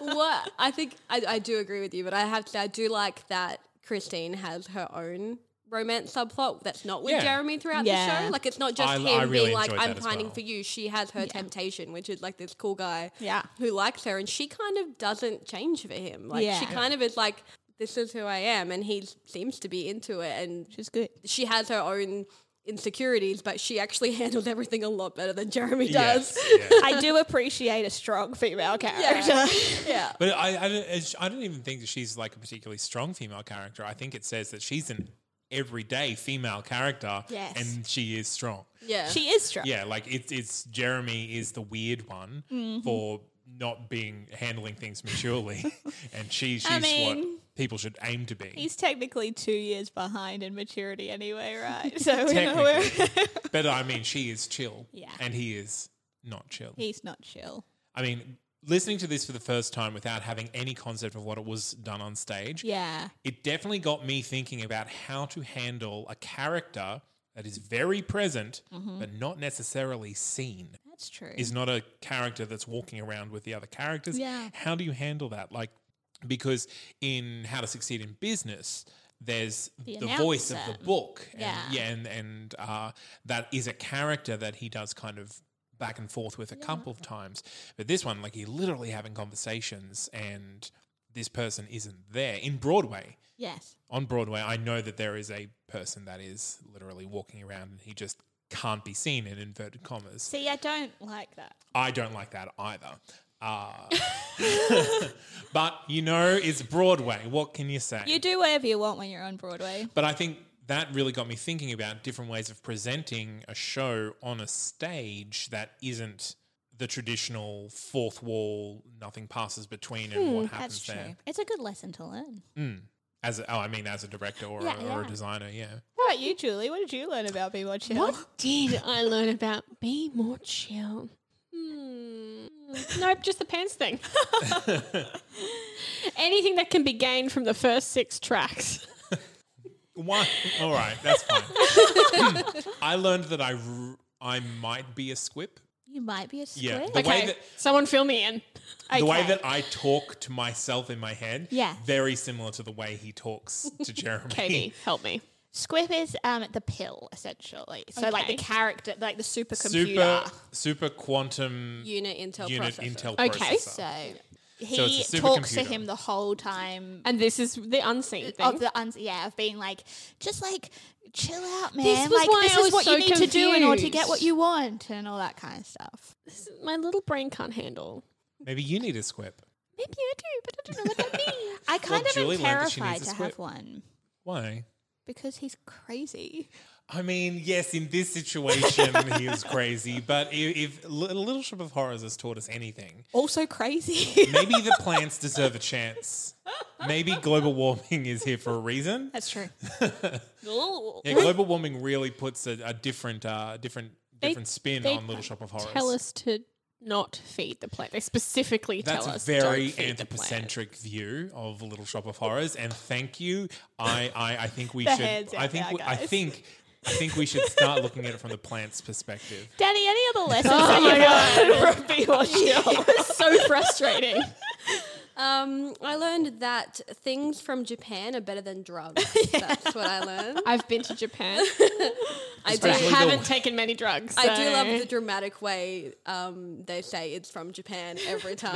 D: what I think I, I do agree with you, but I have to, I do like that Christine has her own romance subplot that's not with
C: Yeah.
D: Jeremy throughout the
E: Yeah.
D: show. Like it's not just
C: I-
D: him
C: I really
D: being like,
C: enjoyed
D: "I'm
C: that as
D: pining
C: well.
D: for you." She has her temptation, which is like this cool guy,
E: Yeah.
D: who likes her, and she kind of doesn't change for him. Like
E: Yeah.
D: she kind of is like, "This is who I am," and he seems to be into it, and
E: She's good.
D: she has her own insecurities, but she actually <laughs> handles everything a lot better than Jeremy does.
C: Yes. yeah.
E: I do appreciate a strong female character.
D: yeah.
C: But I, I, don't, it's- I don't even think that she's like a particularly strong female character. I think it says that she's an everyday female character,
E: Yes.
C: and she is strong.
D: Yeah.
E: She is strong.
C: Yeah, like it's it's Jeremy is the weird one
E: Mm-hmm.
C: for not being handling things
E: <laughs>
C: maturely, and she, she's
E: I mean,
C: what people should aim to be.
E: He's technically two years behind in maturity anyway,
C: <laughs>
E: right? So we know we're-
C: <laughs> Technically. <laughs> but I mean, she is chill,
E: Yeah.
C: and he is not chill.
E: he's not chill.
C: I mean, listening to this for the first time without having any concept of what it was done on stage,
E: Yeah.
C: it definitely got me thinking about how to handle a character that is very present
E: Mm-hmm.
C: but not necessarily seen.
E: That's true.
C: Is not a character that's walking around with the other characters.
E: Yeah.
C: How do you handle that? Like because in How to Succeed in Business, there's the,
E: The
C: voice of the
E: announcer.
C: book. And,
E: Yeah.
C: and, and uh, that is a character that he does kind of back and forth with a couple of times. But this one, like, he literally having conversations and this person isn't there in Broadway.
E: Yes.
C: On Broadway, I know that there is a person that is literally walking around and he just can't be seen in inverted commas.
E: See, I don't like that.
C: I don't like that either. Uh, <laughs> but you know, it's Broadway. What can you say?
E: You do whatever you want when you're on Broadway.
C: But I think that really got me thinking about different ways of presenting a show on a stage that isn't the traditional fourth wall, nothing passes between, and what happens
E: Hmm, That's true.
C: there.
E: It's a good lesson to learn.
C: As a, oh, I mean, as a director or,
E: Yeah,
C: a, or a
E: yeah.
C: designer, yeah.
B: How about you, Julie? What did you learn about Be More Chill?
A: What did I learn about be more chill? Hmm. <laughs> Nope, just the pants
E: <laughs>
A: thing. <laughs> Anything that can be gained from the first six tracks.
C: One. All right, that's
E: <laughs>
C: fine. I learned that I, r- I might be a squip.
E: You might be a squid.
C: Yeah, the way
A: Okay,
C: that
A: someone fill me in.
C: The way that I talk to myself in my head,
E: Yeah.
C: very similar to the way he talks
E: <laughs>
C: to Jeremy.
A: Katie, help me.
E: Squib is um, the pill, essentially. So, like the
A: Okay.
E: character, like the
C: super,
E: supercomputer.
C: super quantum
D: Unit Intel
C: unit
D: processor.
C: intel
A: Okay.
C: processor.
E: So,
C: So
E: he
C: it's a
E: talks to
C: supercomputer.
E: him the whole time.
A: And this is the unseen thing.
E: Of the uns- yeah, of being like, just like, chill out, man.
A: was
E: like,
A: why
E: this
A: I
E: is
A: was
E: what you
A: so
E: need to do in order to get
A: confused.
E: what you want, and all that kind of stuff.
A: This is- my little brain can't handle.
C: Maybe you need a squip.
E: Maybe I do, but I don't know what <laughs> that means. I kind
C: Well,
E: of
C: Julie
E: am
C: learned that she needs
E: terrified
C: a
E: to
C: squib.
E: have one
C: Why?
E: because he's crazy.
C: I mean, yes, in this situation he
E: <laughs>
C: was crazy, but if, if Li- Little Shop of Horrors has taught us anything,
B: Also
A: <laughs>
C: <laughs>
B: crazy.
C: maybe the plants deserve a chance. Maybe global warming is here for a reason.
B: That's true.
C: Yeah, global warming really puts a, a different, uh, different,
A: They-
C: different spin
A: they
C: on Little Shop of Horrors.
A: Tell us to not feed the plant. They specifically
C: That's
A: tell
C: a
A: us.
C: very
A: don't feed the plant. <laughs>
C: anthropocentric view of Little Shop of Horrors, and thank you. I, I, I think we
B: The
C: should.
B: heads
C: I
B: out
C: think.
B: there,
C: we- I
B: guys.
C: think. I think we should start looking at it from the plant's perspective.
E: Danny, any other lessons?
A: Oh
E: that
A: my
E: you
A: god, Ruby was so frustrating.
D: Um, I learned that things from Japan are better than drugs. That's what I learned.
A: I've been to
C: <laughs>
A: Japan.
D: I
A: but I
C: Especially
D: do,
C: the-
A: haven't taken many drugs.
D: I do love
A: so-
D: the dramatic way um, they say it's from Japan every time.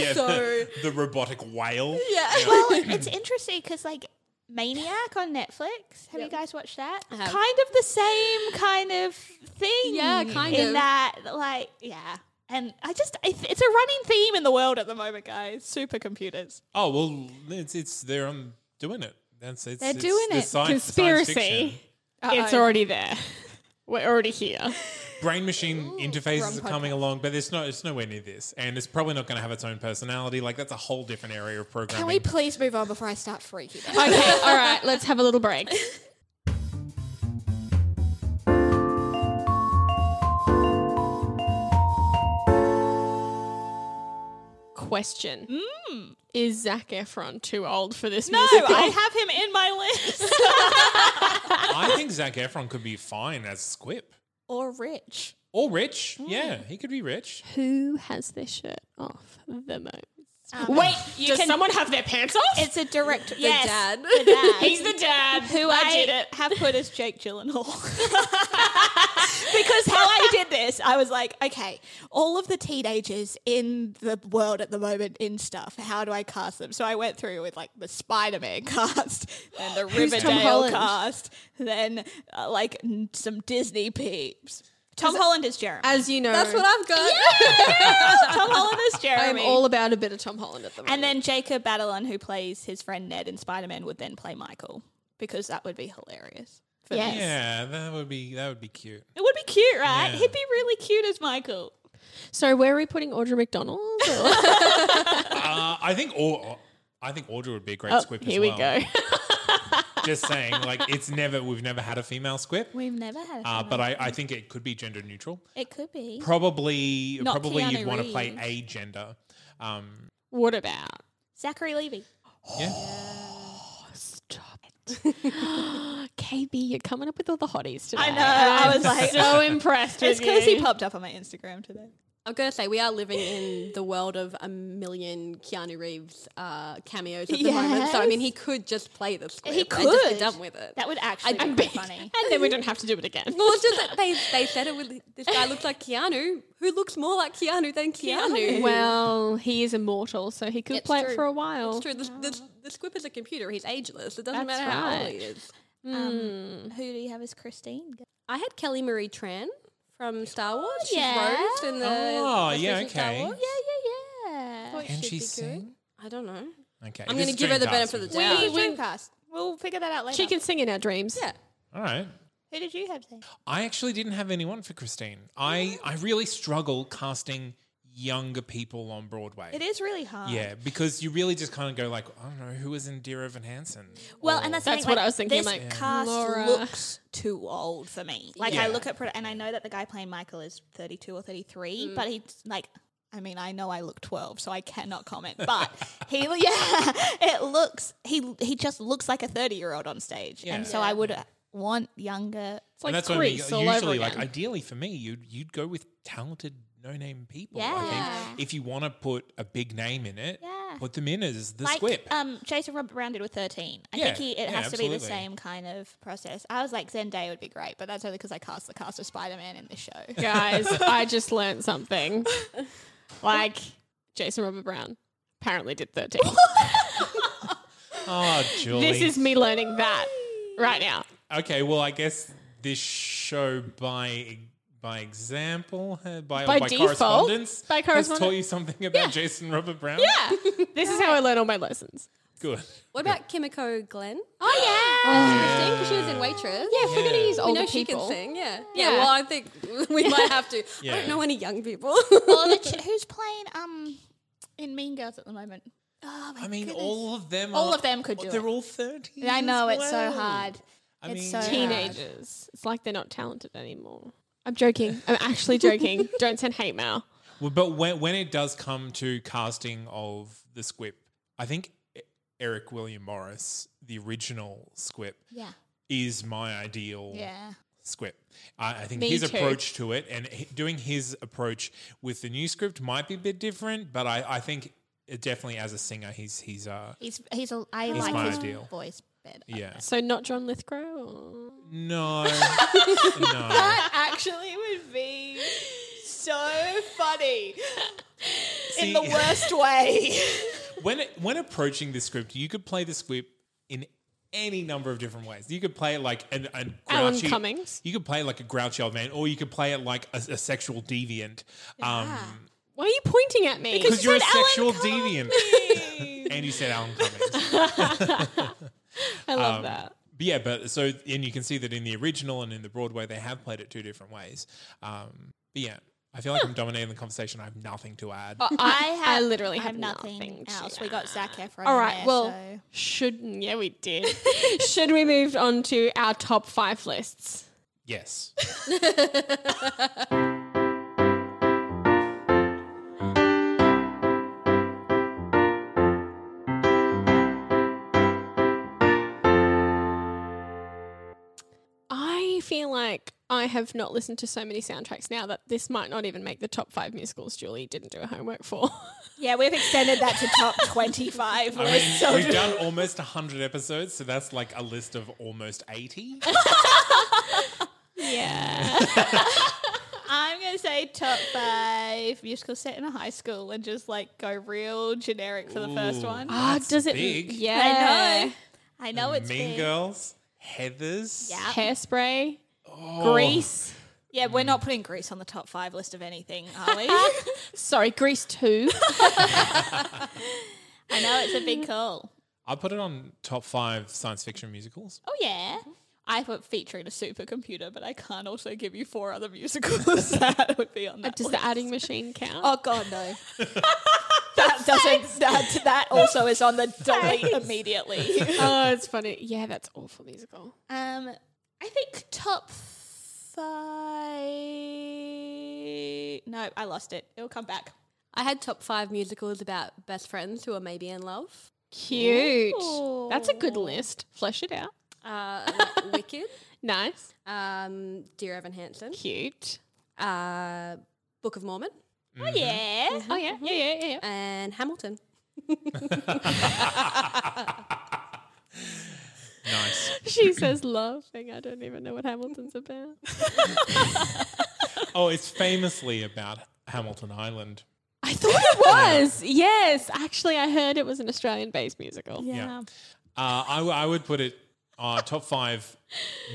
C: <laughs> yeah,
D: so
C: the, the robotic whale.
D: yeah.
E: well,
A: <laughs>
E: it's interesting because like Maniac on Netflix. Have you guys watched that?
D: have.
E: Kind of the same kind of thing.
D: Yeah, kind
E: in
D: of.
E: that like yeah. And I just I th- it's a
B: Running theme in the world at the moment, guys. Supercomputers.
C: Oh well, it's it's they're um, doing it. That's it's
E: They're
C: it's
E: doing
C: the
E: it.
C: science- science fiction.
A: conspiracy. It's already there. We're already here.
C: Brain machine interfaces are coming along, but it's not. It's nowhere near this, and it's probably not going to have its own personality. Like that's a whole different area of programming.
D: Can we please move on before I start freaking out?
A: Okay, all right, let's have a little break. Question. Is Zach Efron too old for this
B: No,
A: musical?
B: I have him in my list.
C: I think Zach Efron could be fine as Squip.
E: <laughs> or rich.
C: Or rich. Yeah, he could be rich.
A: Who has their shirt off the most?
E: Um,
A: Wait,
E: you
A: does
E: can-
A: someone have their pants off?
E: It's a direct yes,
D: dad.
E: The dad.
A: He's the dad. <laughs>
B: who I,
A: I did it.
B: have put as Jake <laughs> Gyllenhaal. because how I did this, I was like, okay, all of the teenagers in the world at the moment in stuff, how do I cast them? So I went through with like the Spider Man <laughs> cast, then the Riverdale
E: Holland?
B: cast, then uh, like n- some Disney peeps. Tom Holland is Jeremy.
A: As you know,
D: That's what I've got.
B: Tom Holland is
A: I'm
B: Jeremy.
A: all about a bit of Tom Holland at the moment.
B: and then Jacob Batalon, who plays his friend Ned in Spider Man, would then play Michael because that would be hilarious. for
E: Yes.
C: Yeah, that would be that would be cute.
B: It would be cute, right?
C: Yeah.
B: He'd be really cute as Michael.
A: so where are we putting Audrey <laughs> McDonald?
C: Uh, I think all. I think Audrey would be a great squip.
A: Here
C: as
A: we
C: well.
A: go.
C: <laughs> Just saying, like it's never we've never had a female squip,
E: We've never had. A
C: uh,
E: female-
C: but I, I think it could be gender neutral.
E: it could be.
C: Probably,
B: Not
C: probably you'd
B: Keanu
C: want to play a
B: Reeves.
C: gender. Um,
A: What about?
E: Zachary Levy.
C: yeah,
A: Stop it. KB, you're coming up with all the hotties today.
B: I know, I was
A: I'm <laughs>
B: like-
A: so impressed with
B: It's because he
A: you.
B: popped up on my Instagram today.
D: <laughs> I'm gonna say we are living in the world of a million Keanu Reeves uh, cameos at the moment. So I mean, he could just play this. Clip
E: He
D: and just
E: could.
D: be done with it.
E: That would actually
D: I'd
E: be
D: be-
B: <laughs>
E: funny.
A: And then we don't have to do it <laughs> again.
D: well, it's just that they they said it with this guy looks like Keanu, who looks more like Keanu than Keanu.
A: Well, he is immortal, so he could
D: It's
A: play
D: true.
A: it for a while.
D: It's true. The, the, the squib is a computer. He's ageless. It doesn't
A: Oh, That's
D: matter how old
A: right.
D: he is.
B: Mm.
E: Um, who do you have as Christine?
D: I had Kelly Marie Tran from Star Wars.
A: Oh,
D: She's
E: yeah.
D: Rose in the
C: Oh,
D: most
C: yeah,
D: recent Star
C: okay.
D: Wars.
E: Yeah, yeah.
C: Can she sing?
D: I don't know.
C: Okay.
D: I'm
C: this
D: gonna
C: is
D: give her the
C: Dreamcast,
D: benefit of the
C: isn't it?
D: doubt.
E: We Dreamcast. We'll figure that out later.
A: She can sing in our dreams.
D: Yeah.
C: All right.
E: Who did you have? Then?
C: I actually didn't have anyone for Christine. I, I really struggle casting younger people on Broadway.
E: It is really hard.
C: Yeah, because you really just kind of go like, I don't know, who was in Dear Evan Hansen?
E: Well, and that's, the
A: That's
E: thing,
A: what I was thinking,
E: This
A: like,
E: cast
A: Laura.
E: looks too old for me. Like I
C: Yeah.
E: look at pro- and I know that the guy playing Michael is thirty two or thirty three,
A: Mm.
E: but he's like. I mean, I know I look twelve, so I cannot comment.
A: <laughs>
E: But he, yeah, <laughs> it looks he he just looks like a thirty year old on stage, and
C: Yeah.
E: so I would want younger.
A: It's like
C: and that's
A: Greece
C: what I
A: all
C: mean.
A: over
C: Usually,
A: again.
C: like ideally for me, you'd you'd go with talented no-name people. I think if you want to put a big name in it,
E: Yeah.
C: put them in as the
E: Like
C: squip.
E: um, Jason Robert Brown did with thirteen. I
C: Yeah,
E: think he, it
C: yeah,
E: has to be the
C: absolutely.
E: same kind of process. I was like Zendaya would be great, but that's only because I cast the cast of Spider Man in this show.
A: <laughs> Guys, I just learned something. Like Jason Robert Brown apparently did 13.
C: oh, Julie.
A: this is me learning that right now.
C: okay. Well, I guess this show by by example, uh, by
A: By
C: by,
A: default,
C: correspondence,
A: by
C: has
A: correspondence.
C: taught you something about Jason Robert Brown.
A: Yeah. <laughs> This is how I learn all my lessons.
C: good.
D: What about Kimiko Glenn?
E: oh yeah.
D: Christine, because she was in Waitress.
A: Yeah, if we're going to use
D: We
A: older
D: know she can
A: people.
D: sing, yeah.
A: Yeah.
D: yeah. well, I think <laughs> we might have to. I
C: Yeah.
D: don't know any young people.
E: Well, the ch- who's playing um in Mean Girls at the moment? Oh my
C: I mean, all of them.
E: All
C: are-
E: of them could do
C: They're
E: it.
C: all thirty.
E: I know it's so hard.
C: I
E: It's
C: mean,
E: so
A: Teenagers. It's like they're not talented anymore. I'm joking. I'm actually joking. <laughs> Don't send hate mail.
C: Well, but when when it does come to casting of the Squip, I think E- Eric William Morris, the original Squip,
E: Yeah.
C: is my ideal
E: Yeah.
C: Squip. I, I think
A: Me
C: his
A: too.
C: approach to it and h- doing his approach with the new script might be a bit different, but I, I think it definitely as a singer, he's he's uh
E: He's he's a, I
C: He's
E: like
C: my
E: his
C: ideal.
E: voice better. <laughs>
C: yeah
A: So not John Lithgow? Or... <laughs>
C: no no
B: Actually, would be so funny
C: See,
B: in the worst way.
C: when it- when approaching the script, you could play the script in any number of different ways. You could play it like an, an
A: Alan
C: grouchy,
A: Cummings.
C: You could play it like a grouchy old man, or you could play it like a, a sexual deviant. Um,
A: Why are you pointing at me? <laughs>
C: because you're a sexual deviant, and you said Alan Cummings. but
A: <laughs> I love that.
C: yeah, but so and you can see that in the original and in the Broadway, they have played it two different ways. Um, but yeah. I feel like I'm dominating the conversation. I have nothing to add.
A: Oh.
E: I
A: I
E: have
A: literally
E: I
A: have
E: have nothing,
A: nothing to
E: else. We got Zach Efron.
A: All
E: in
A: right.
E: there,
A: well,
E: so-
A: should yeah we did. should we move on to our top five lists? <laughs>
C: yes.
A: I feel like I have not listened to so many soundtracks now that this might not even make the top five musicals Julie didn't do her homework for.
B: Yeah, we've extended that to
E: <laughs>
B: top 25
C: I
B: lists.
C: mean,
B: so
C: we've done almost 100 episodes, so that's like a list of almost 80.
A: yeah.
E: <laughs> I'm gonna say top five musical set in a high school and just like go real generic for the first
C: Ooh.
E: one.
A: Ah, <laughs>
C: That's
A: does it?
C: big.
A: Yeah.
E: I know it's
C: mean
E: big.
C: Girls, Heathers.
E: Yeah.
A: Uh, Hairspray, Oh. Grease.
B: yeah, we're not putting Greece on the top five list of anything, are we?
A: Sorry, Grease <laughs> two.
E: I know it's a big call.
C: I put it on top five science fiction musicals.
E: Oh yeah. I put featuring a supercomputer, but I can't also give you four other musicals <laughs> that would be on that.
A: does
E: list.
A: the adding machine count?
B: oh, God, no. that doesn't, that, that also is on the delete immediately.
A: <laughs> oh, it's funny. Yeah, that's awful musical.
E: Um, I think top five. No, I lost it. It'll come back.
D: I had top five musicals about best friends who are maybe in love.
A: Cute. That's a good list. Flesh it out. <laughs>
D: Uh, like Wicked,
A: Nice.
D: um, Dear Evan Hansen,
A: Cute.
D: uh, Book of Mormon.
E: Oh yeah.
A: Oh yeah, yeah, yeah, yeah. yeah.
D: and Hamilton.
C: Nice.
A: She says laughing. I don't even know what Hamilton's about.
C: Oh, it's famously about Hamilton Island.
A: I thought <laughs> it was. Yes, actually, I heard it was an Australian-based musical.
C: Yeah. Uh, I, w- I would put it uh, top five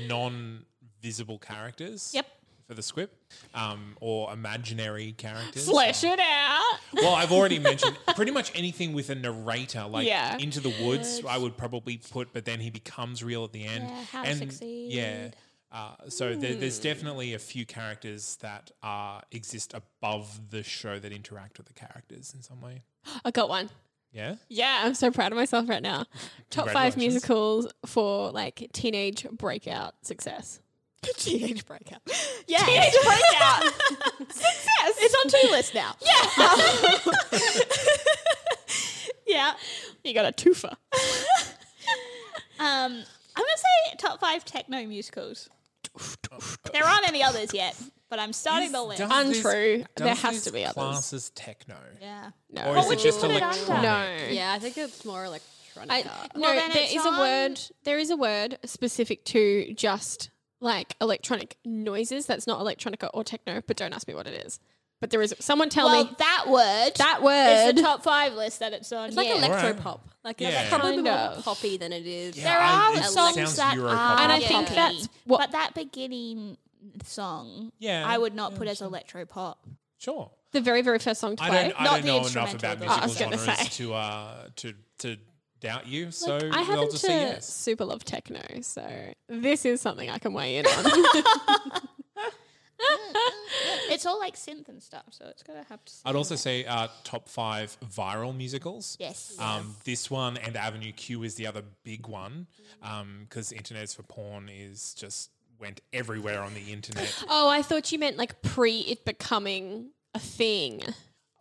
C: non visible characters.
A: Yep.
C: For the squib, um, or imaginary characters.
A: Flesh it out.
C: Well, I've already mentioned pretty much anything with a narrator, like
A: Yeah.
C: Into the Woods, I would probably put, but then he becomes real at the end. Yeah,
E: How to Succeed.
C: Yeah. Uh, so there, there's definitely a few characters that uh, exist above the show that interact with the characters in some way.
A: I got one.
C: Yeah.
A: Yeah, I'm so proud of myself right now. Top five
C: Congratulations.
A: musicals for like teenage breakout
E: <laughs>
A: success.
B: Teenage
A: <laughs>
B: breakup.
E: Yeah. Teenage breakout. Success. It's on two lists now. Yeah. <laughs>
A: Yeah, you got a twofer.
E: Um, I'm gonna say top five techno musicals. there aren't any others yet, but I'm starting the list.
A: Untrue. There has
C: this
A: to be others.
C: class as techno.
E: Yeah.
A: No,
C: Or is it just
A: no.
C: electronic?
D: Yeah, I think it's more electronic.
A: I, no,
E: Uh, then
A: there
E: it's
A: is a word. There is a word specific to just like electronic noises. That's not electronica or techno, but don't ask me what it is. But there is someone tell
E: well,
A: me
E: that word
A: that
E: is
A: word.
E: the top five list that it's on.
D: it's like
E: yeah.
C: Alright.
D: electropop. Like it's
C: Yeah.
D: probably
A: Kind
D: more
A: of.
D: poppy than it is.
C: Yeah,
E: there
C: I-
E: are
C: it
E: songs
C: sounds
E: that
C: Europop.
E: are,
A: And I
E: poppy,
A: think that's what-
E: but that beginning song,
C: Yeah,
E: I would not
C: yeah,
E: put as electro pop.
C: Sure.
A: the very very first song to
C: I
A: play.
C: don't. I
E: Not
C: don't
E: the
C: know enough
E: instrumental,
C: about
E: though.
C: musical
A: Oh, I was gonna
C: genres
A: say.
C: to uh, to to doubt you. So
A: Like, I
C: I'll
A: happen to
C: just say yes.
A: super love techno, so this is something I can weigh in
E: <laughs>
A: on.
E: It's all like synth and stuff, so it's gonna have to. <laughs>
C: I'd also say uh, top five viral musicals.
E: Yes.
C: Um, this one and Avenue Q is the other big one because Internet's for Porn is just went everywhere on
A: <laughs>
C: the internet.
A: oh, I thought you meant like pre it becoming a thing.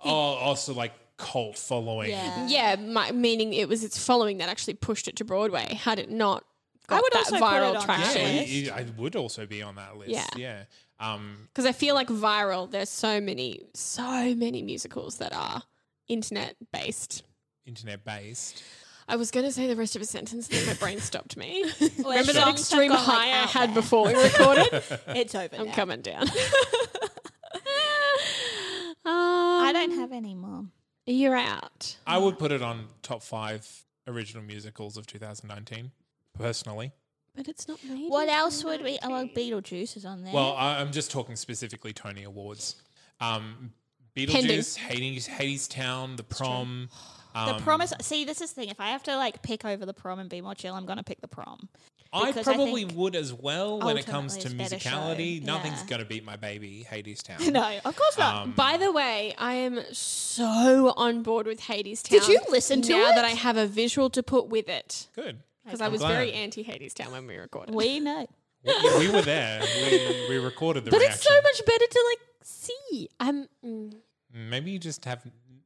C: oh, also like cult following.
A: Yeah, my, meaning it was its following that actually pushed it to Broadway. Had it not got
B: would
A: that
B: also put
A: viral
B: it on
C: Yeah,
B: that
A: traction.
C: it- it- I would also be on that list.
A: Yeah.
C: Yeah. Um,
A: Because I feel like viral, there's so many, so many musicals that are internet based.
C: internet based.
A: I was going to say the rest of a sentence, then my brain stopped <laughs> me.
E: Where
A: Remember
E: songs
A: that
E: have
A: extreme
E: gone, like,
A: high I
E: out
A: had
E: there.
A: before we recorded?
E: <laughs>
B: It's over.
A: I'm
B: now.
A: coming down. <laughs> I
E: I don't have any more.
A: Um, You're out.
C: I would put it on top five original musicals of 2019, personally.
A: But it's not me.
E: What else would we? Oh, well, Beetlejuice is on there.
C: Well, I, I'm just talking specifically Tony Awards. Um, Beetlejuice, Hades, Hades Town, The Prom.
E: the
C: Um,
E: prom is. See, this is the thing. If I have to like pick over the prom and be more chill, I'm gonna pick the prom. <laughs>
C: I
E: because I
C: probably
E: think
C: would as well when it comes to
E: ultimately it's better show.
C: musicality. Nothing's
E: Yeah.
C: going to beat my baby, Hades Town.
E: <laughs> No, of course not.
C: Um,
A: By the way, I am so on board with Hades Town.
E: Did you listen to
A: now that
E: it?
A: I have a visual to put with it?
C: good.
A: Because I
C: I'm
A: was
C: glad.
A: very anti Hades Town when we recorded.
E: we know.
C: We, we were
E: <laughs>
C: there. We, we recorded the
A: but
C: reaction.
A: it's so much better to like see. I'm. mm,
C: Maybe you just have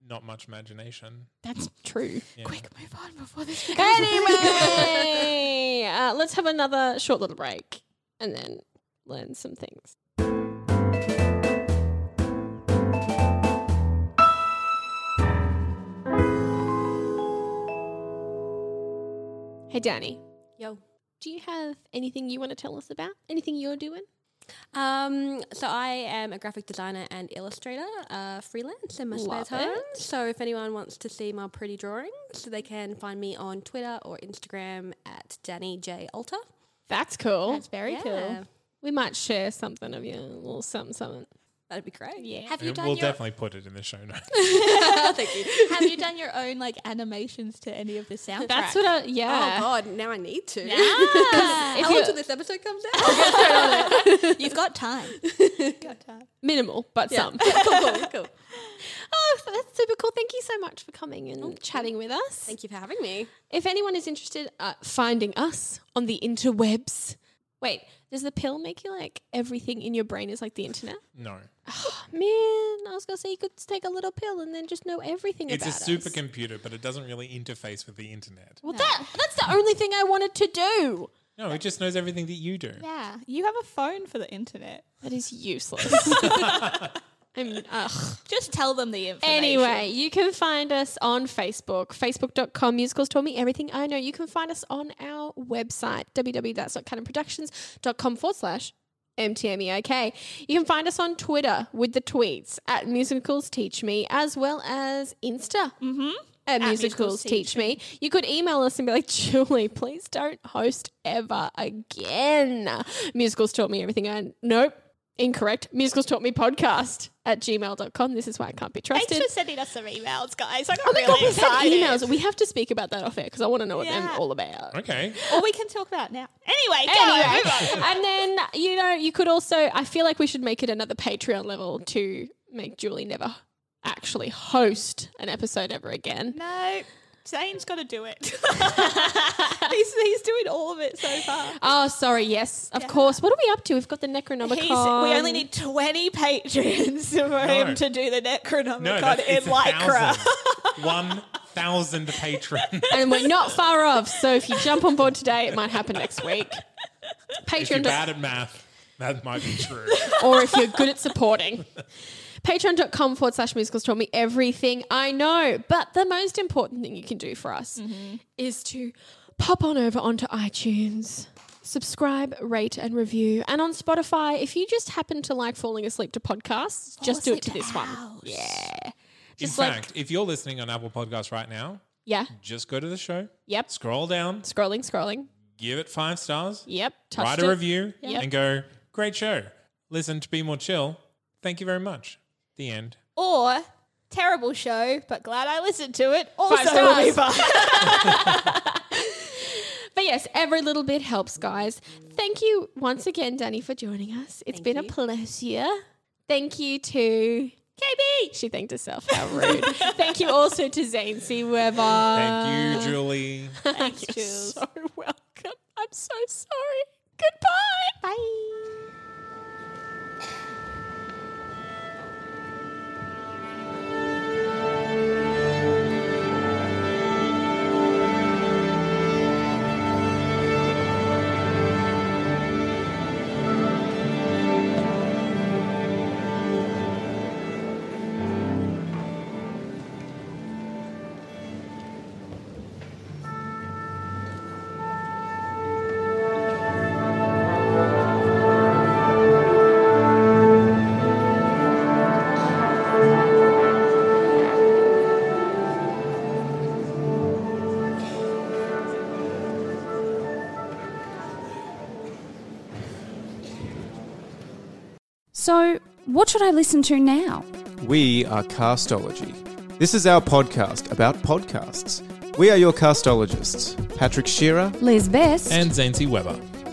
C: not much imagination.
A: that's
C: <laughs>
A: true.
B: Quick, move on before this. becomes-
E: <laughs>
A: Anyway, uh, let's have another short little break and then learn some things. Hey, Danny,
D: Yo.
A: do you have anything you want to tell us about? Anything you're doing?
D: Um, so I am a graphic designer and illustrator, uh, freelance in my spare
A: Love
D: time.
A: it.
D: So if anyone wants to see my pretty drawings, they can find me on Twitter or Instagram at Danny J Alter.
A: That's cool.
E: That's very
D: Yeah.
E: cool.
A: we might share something of you, a little something, something.
D: That'd be great.
E: Yeah. Have
C: We'll
E: you done your
C: definitely put it in the show notes.
D: <laughs>
C: <laughs>
D: Thank you.
E: Have you done your own like animations to any
C: <laughs>
E: of the soundtrack?
A: That's what I, yeah.
D: Oh God, now I need to.
A: <laughs>
D: <laughs>
E: Ah,
A: If
D: How long
A: you're-
D: till this episode comes
A: <laughs>
D: out?
E: <laughs> you've got time.
A: minimal, but some.
D: <laughs> cool, cool, cool.
A: <laughs> Oh, that's super cool. Thank you so much for coming and chatting with us.
D: Oh, Thank you for having me.
A: If anyone is interested uh, finding us on the interwebs, wait, does the pill make you like everything in your brain is like the internet?
C: no.
A: Man, I was gonna say you could take a little pill and then just know everything
C: It's a
A: about us.
C: supercomputer, but it doesn't really interface with the internet.
A: Well, that that's the only thing I wanted to do.
C: No, it just knows everything that you do.
E: Yeah.
A: <laughs>
B: You have a phone for the internet.
A: That is useless. I'm, ugh.
B: Just tell them the information.
A: Anyway, you can find us on Facebook, facebook.com. Musicals Taught Me Everything I Know. You can find us on our website, www.cannonproductions.com forward slash MTMEIK. E You can find us on Twitter with the tweets at Musicals Teach Me, as well as Insta. Mm-hmm. At, musicals, teach me. You could email us and be like, <laughs> Julie, please don't host ever again. Musicals taught me everything I nope. Incorrect. Musicals taught me podcast at gmail.com. This is why I can't be
B: thanks
A: trusted.
B: for sending us some emails, guys. I got
A: Oh my
B: really
A: god, we've had
B: excited.
A: emails. We have to speak about that off air because I want to know what
B: Yeah.
A: they're all about.
C: Okay.
B: Or we can talk about it now. Anyway, go,
A: Anyway,
B: move on.
A: and then you know you could also. I feel like we should make it another Patreon level to make Julie never actually host an episode ever again.
B: No, Zane's got to do
A: <laughs>
B: it. he's, he's doing all of it so far.
A: Oh, sorry. Yes, of course. What are we up to? We've got the Necronomicon.
B: He's, we only need 20 patrons <laughs> for him to do the Necronomicon
C: No, that's,
B: in
C: it's
B: Lycra.
C: One
A: <laughs>
C: thousand patrons.
A: and we're not far off. So if you jump on board today, it might happen next week.
C: if you're
A: Patreon.
C: bad at math, that might be true.
A: or if you're good at supporting. Patreon.com forward slash musicals taught me everything I know. But the most important thing you can do for us
C: Mm-hmm.
A: is to pop on over onto iTunes, subscribe, rate, and review. And on Spotify, if you just happen to like falling asleep to podcasts, just do it to this one. Yeah.
C: In
A: <laughs> Just like-
C: fact, if you're listening on Apple Podcasts right now,
A: Yeah.
C: just go to the show,
A: Yep.
C: scroll down,
A: Scrolling, scrolling.
C: give it five stars,
A: Yep. Touched
C: write
A: it.
C: a review,
A: Yep.
C: and go, great show. Listen to Be More Chill. Thank you very much. The end.
B: Or terrible show, but glad I listened to it. Also,
A: stars.
B: leave us.
A: But yes, every little bit helps, guys. Thank you once again, Danny, for joining us. It's been a pleasure. Thank you to KB. She thanked herself. How <laughs> rude. Thank you also to Zane C. Weber. Uh.
C: Thank
A: <laughs>
C: you, Julie.
A: Thank you. So welcome. I'm so sorry. Goodbye. Bye.
F: So, what should I listen to now?
G: We are Castology. This is our podcast about podcasts. We are your castologists, Patrick Shearer.
F: Liz Best.
C: And Zancy Weber.